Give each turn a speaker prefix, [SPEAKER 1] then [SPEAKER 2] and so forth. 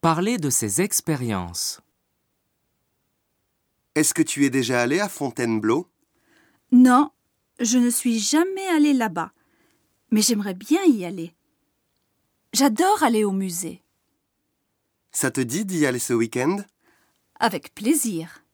[SPEAKER 1] Parler de ses expériences.
[SPEAKER 2] Est-ce que tu es déjà allé à Fontainebleau
[SPEAKER 3] Non, je ne suis jamais allée là-bas, mais j'aimerais bien y aller. J'adore aller au musée,
[SPEAKER 2] Ça te dit d'y aller ce week-end
[SPEAKER 3] avec plaisir.